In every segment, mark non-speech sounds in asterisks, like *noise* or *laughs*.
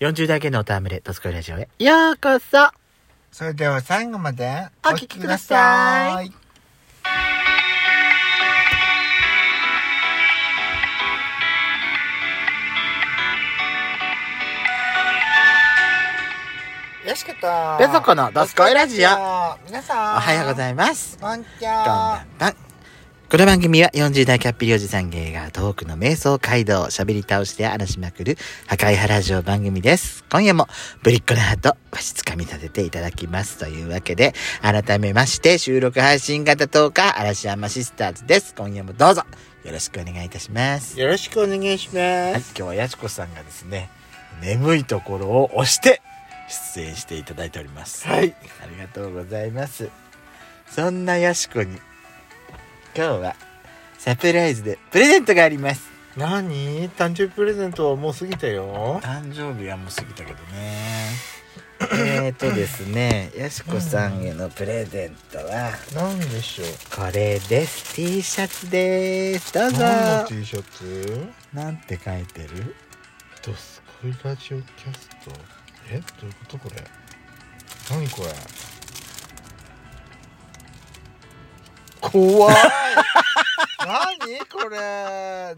40代芸能タームレ、ドスコイラジオへ。ようこそそれでは最後までお聞きください。よしこと。ペソコのドスコイラジオ皆さおん。はようごいざいます。ます。こんにちこんばはん。ばん。この番組は40代キャッピリおじさん芸がトークの瞑想街道を喋り倒して荒らしまくる破壊派ラジオ番組です。今夜もぶりっ子のハート、わしつかみさせていただきます。というわけで、改めまして収録配信型トーカー嵐山シスターズです。今夜もどうぞよろしくお願いいたします。よろしくお願いしはまい、。今日はやちこさんがですね、眠いところを押して出演していただいております。はい。ありがとうございます。そんなやしこに、今日はサプライズでプレゼントがあります。何誕生日プレゼントはもう過ぎたよ。誕生日はもう過ぎたけどね。えーとですね、やしこさんへのプレゼントは、何でしょう。これです。T シャツです。どうぞ。何の T シャツなんて書いてるドスコイラジオキャストえどういうことこれ何これ怖い何これ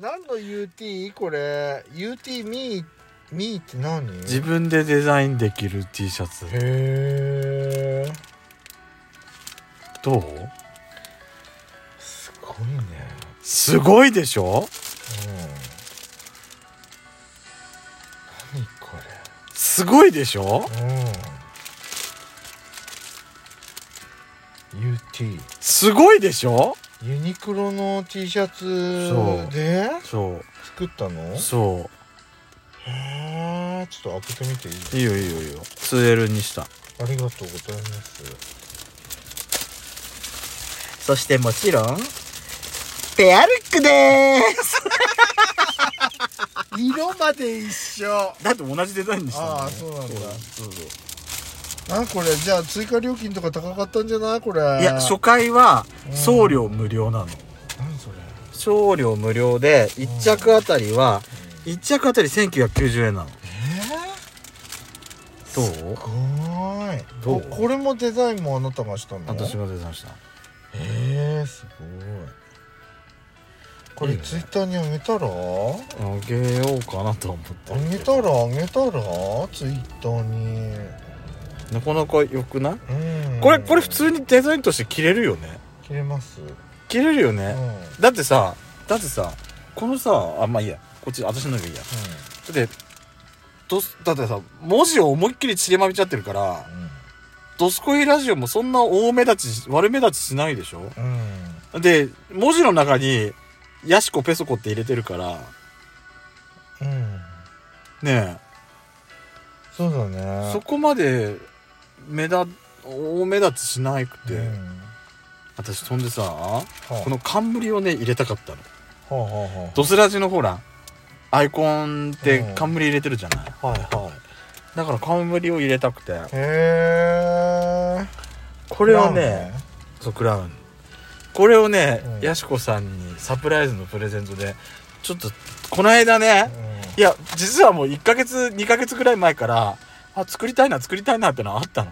何の UT これ UT ミーミーって何へ分でデザインできる T シャツえどうすごいねすごいでしょうん何こすごいでしょれうん UT すごいでしょユニクロの T シャそうツでそ作ったのうそへえちょっと開けてみていいいいうよいいよいいよ 2L にしたありがとうございますそしてもちろんペアルックでーす色まで一緒だって同じデザインにしたんだよそうそうなんこれじゃあ追加料金とか高かったんじゃないこれいや初回はうん送料無料なの、何それ送料無料で1着あたりは1着あたり1990円なのえどー、うすごーいどうあこれもデザインもあなたがしたの私がデザインしたえー、すごいこれいいねツイッターにあげたらあげようかなと思ってあげたらあげたらツイッターになかなか良くないうんこれこれ普通にデザインとして着れるよね切れます、着れるよね、うんうんだってさだってさこのさあまあいいやこっち私の方がいいやだってどすだってさ文字を思いっきり散りまみちゃってるから「ドスコイラジオ」もそんな大目立ち悪目立ちしないでしょうんで文字の中に「ヤシコペソコ」って入れてるからうんねそうだえねそこまで目立大目立ちしなくて、うん私そんでさはあこの冠をね入れたかったのはあはドスラジのほらアイコンって冠入れてるじゃない、あはいはいだから冠を入れたくてへえここれをねそうクラウンこれをね、うんやしこさんにサプライズのプレゼントでちょっとこの間ねいや実はもう1ヶ月2ヶ月ぐらい前からあ作りたいな作りたいなってのはあったの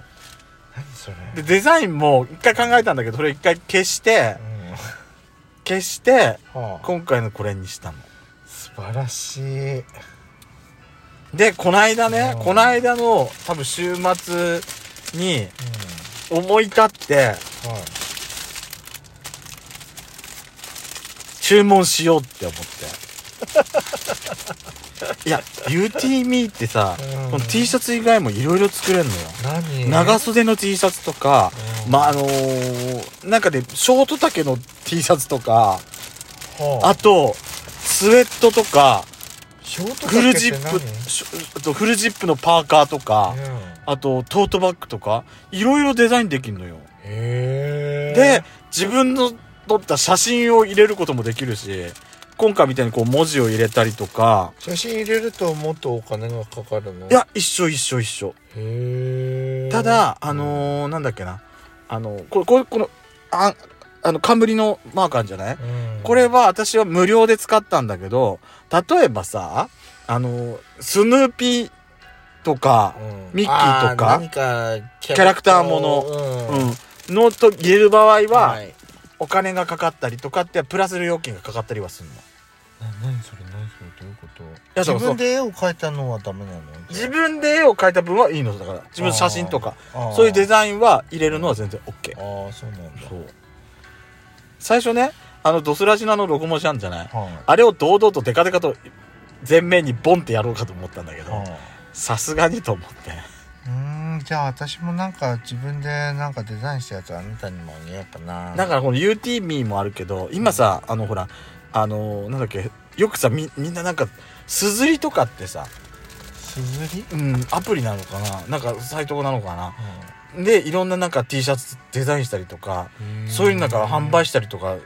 何それでデザインも1回考えたんだけどそれ1回消してうん消してはあ今回のこれにしたの素晴らしいでこの間ね、うんこの間の多分週末に思い立ってはい注文しようって思って。い *laughs* や、UTME ってさ、うんこの T シャツ以外もいろいろ作れるのよ。何長袖の T シャツとか、うんまあ、あのーなんかね、ショート丈の T シャツとか、はああと、スウェットとか、ショートフ丈っルてジップ、何しあとフルジップのパーカーとかう、んあとトートバッグとか、いろいろデザインできるのよ。へえで、自分の撮った写真を入れることもできるし、今回みたいにこう文字を入れたりとか、写真入れるともっとお金がかかるのいや、一緒一緒一緒。へえただ、あのーなんだっけな。あの、これ、これ、この、あ、あの、冠のマークあるんじゃないうんこれは私は無料で使ったんだけど、例えばさ、あのースヌーピーとか、ミッキーとかあ何かキャラクターもののうん、ノート入れる場合は、い、お金がかかったりとかって、プラス料金がかかったりはするの。な何それ何それどういうことやでもそう自分で絵を描いたのはダメなの自分で絵を描いた分はいいのだから、自分の写真とか、そういうデイザインは入れるのは全然 OK。ああそうなんだそう。最初ね、あの、ドスラジナのロゴ文字あるんじゃないはいあれを堂々とデカデカと前面にボンってやろうかと思ったんだけど、はいさすがにと思って。うーんじゃあ私もなんか自分でなんかデザインしたやつあなたにもあげようかなだからこの UTME もあるけど今さあのほらあのなんだっけよくさみみんななんかすずりとかってさ、すずり、うん、アプリなのかななんかサイトなのかなでいろんななんか T シャツデザインしたりとかそういうなんか販売ししたりとか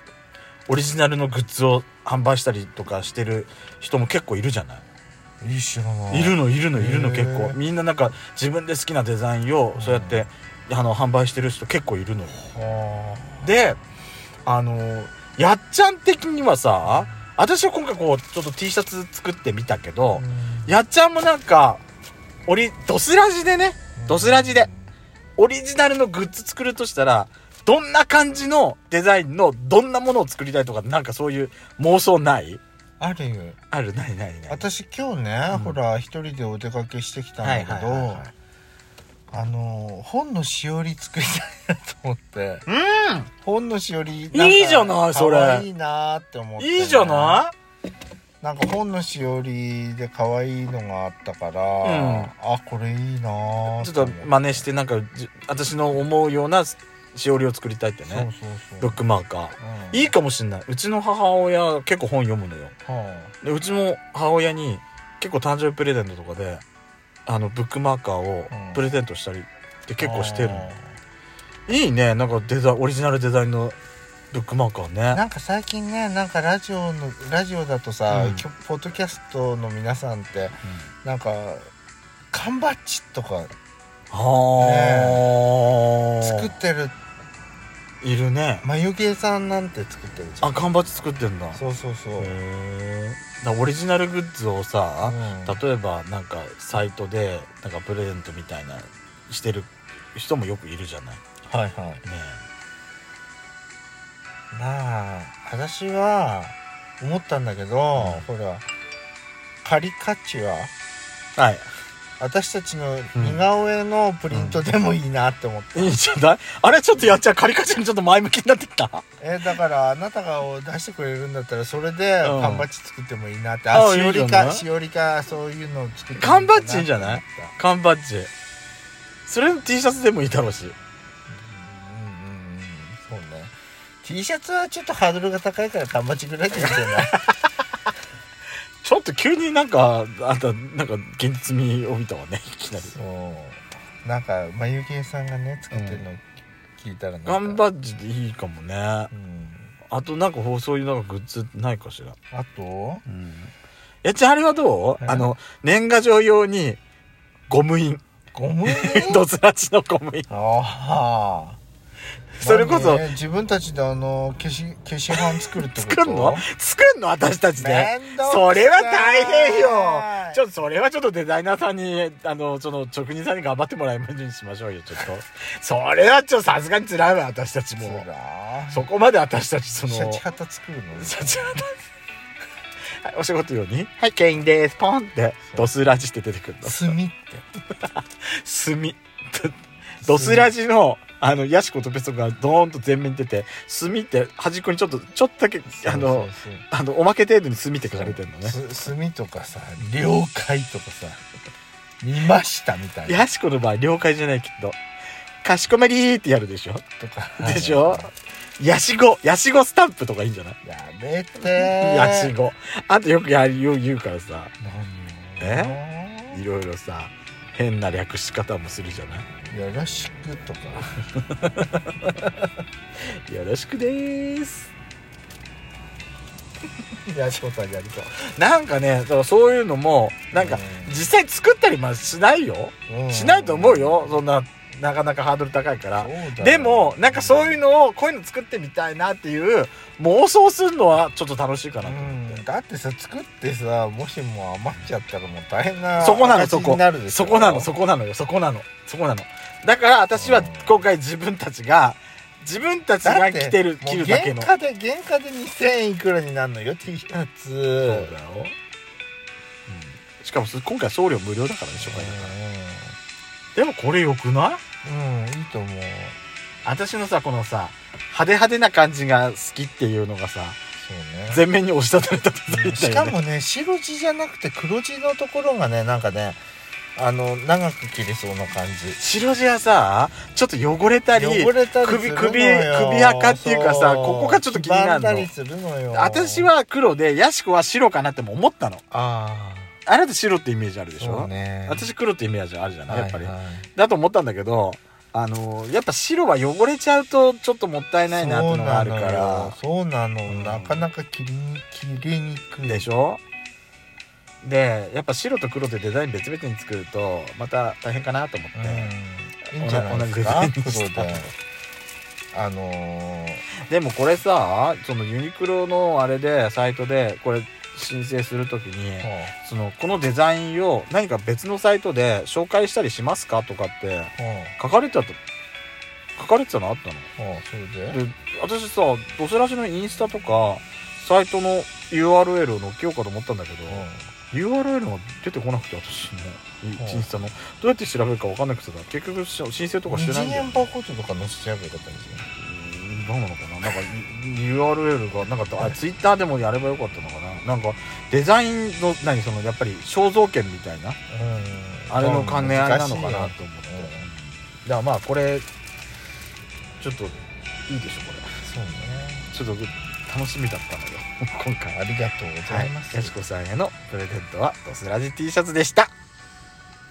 オリジナルのグッズを販売したりとかしてる人も結構いるじゃないいい知らないいるのいるのいるのへー結構みんななんか自分で好きなデザインをそうやってあの販売してる人結構いるのよはであのやっちゃん的にはさ私は今回こうちょっと T シャツ作ってみたけあどう、んやっちゃんもなんかオリドスラジでねドスラジでオリジナルのグッズ作るとしたらどんな感じのデザインのどんなものを作りたいとかなんかそういう妄想ないあるよあるないないない私今日ね、うんほら一人でお出かけしてきたんはいだはいけはいどはいあの本のしおり作りたいなと思ってうん本のしおりんいいじゃないそれ可愛いなって思って、いいじゃないなんか本のしおりで可愛いのがあったから、んあこれいいないちーょっと思て真似してなんかじ私の思うようなしおりを作りたいってねそうそうそブうックマーカーうんいいかもしんないうちの母親結構本読むのよはでうちも母親に結構誕生日プレゼントとかであのブックマーカーをうんプレゼントしたりってあ結構してるのあ、いいねなんかデザインオリジナルデザインのブックマーカーーねなんか最近ねなんかラジオのラジオだとさ、うんきょポッドキャストの皆さんってなんか缶バッジとかはあ作ってるいるね眉毛さんなんて作ってるじゃんあ缶バッジ作ってんだへそうそうそう、えだからオリジナルグッズをさうん例えばなんかサイトでなんかプレゼントみたいなしてる人もよくいるじゃないねはいはいえまあ私は思ったんだけど、ほらカリカチュアはい。私たちの似顔絵のプリントでもいいなって思って、いいんじゃないあれちょっとやっちゃう。カリカちゃんちょっと前向きになってきた。えだからあなたが出してくれるんだったらそれでうん缶バッジ作ってもいいなって、ああしおいいりじゃなかいしおりかそういうのを作ってもいいか缶バッジいいんじゃないって思っ缶バッジ。それの T シャツでもいいだろうし。たうんうんうんそうね T シャツはちょっとハードルが高いから缶バッジぐらいかもしれないちょっと急になんか、あんた、なんか現実味を見たわね、いきなり。そうなんか眉毛さんがね作ってるの聞いたらなんか缶バッジでいいかもね。あうんとなんかそういうなんかグッズないかしら。あとうん。やっちゃんあれはどうえあの、年賀状用に、ゴム *laughs* 印。ゴム印ドスラチのゴム印。ああそれこそまあね自分たちであの消し消し版作るってこと作んの作んの私たちで。めんどくさいそれは大変よちょっとそれはちょっとデザイナーさんに、あの、その職人さんに頑張ってもらいまにしましょうよ、ちょっと。それはちょっとさすがに辛いわ、私たちそうも。だそこまで私たち、その。シャチハタ作るのシャチハタはい、お仕事用に。はい、ケインです。ポンって、ドスラジって出てくるの。炭って炭。ドスラジの、あの、ヤシコとペソがドーンと前面に出て、炭って端っこにちょっと、ちょっとだけ、あの、そうそうあの、おまけ程度に炭って書かれてるのね。そうす炭とかさ了解とかさ見ましたみたいなヤシコの場合、了解じゃない、きっと。かしこまりーってやるでしょとかでしょヤシゴ、ヤシゴスタンプとかいいんじゃないやめてヤシゴ。あとよくやる、よう言うからさ、何をいろいろさ、変な略し方もするじゃないよろしくとかよろしくでーす。ヤシコさんやりそうなんかね、だからそういうのも、なんか、う実際作ったりもしないよ。うんしないと思うよ。そんな、なかなかハードル高いから。そうだよでも、なんかそういうのを、こういうの作ってみたいなっていう、妄想するのはちょっと楽しいかうなと思っんて。だってさ作ってさもしも余っちゃったらもう大変なそこなの赤字そこになるでしそょこなのそこなのよそこなのそこなのだから私は今回自分たちが自分たちだがって着てるもう着るだけの原価で原価で2000円いくらになるのよ T シャツそうだよ、うん、しかもそ今回送料無料だからね初回だからでもこれよくないうん、うん、いいと思う私のさこのさ派手派手な感じが好きっていうのがさそうね全面に押し出されたデザインだようんね *laughs* しかもね白地じゃなくて黒地のところがねなんかねあの長く切れそうな感じ白地はさちょっと汚れたり汚れたり首するのよ首首垢っていうかさそここがちょっと気になるの黄ばんだりするのよ私は黒でヤシコは白かなっても思ったのああなた白ってイメージあるあでしそょ、うね私黒ってイメージあるじゃないやっぱり、はいはいだと思ったんだけどあのやっぱ白は汚れちゃうとちょっともったいないなってのがあるからそうなのよそうなの、うんなかなか切りに切れにくいでしょでやっぱ白と黒でデザイン別々に作るとまた大変かなと思って、うんいいんじゃないで同じすかデザインにそしたうだよあのーでもこれさそのユニクロのあれでサイトでこれ申請するときに、はそのこのデザインを何か別のサイトで紹介したりしますかとかってあは書かれてたと書かれてたのあったのあはあそれでで私さドスラジのインスタとかサイトの URL を載っけようかと思ったんだけど、URL が出てこなくて私のうんインスタのどうやって調べるか分かんなくてさ結局し申請とかしてないん2だよ円バーコードとか載せちゃえばよかったんですようんどうなのかななんか URL がなんかあツイッターでもやればよかったのかななんかデザインの何そのやっぱり肖像権みたいなうんあれの兼ね合いなのかなと思っ、難していよだからまあこれちょっといいでしょこれそうねちょっと楽しみだったのよ今回ありがとうございます、やしこさんへのプレゼントはドスラジ T シャツでした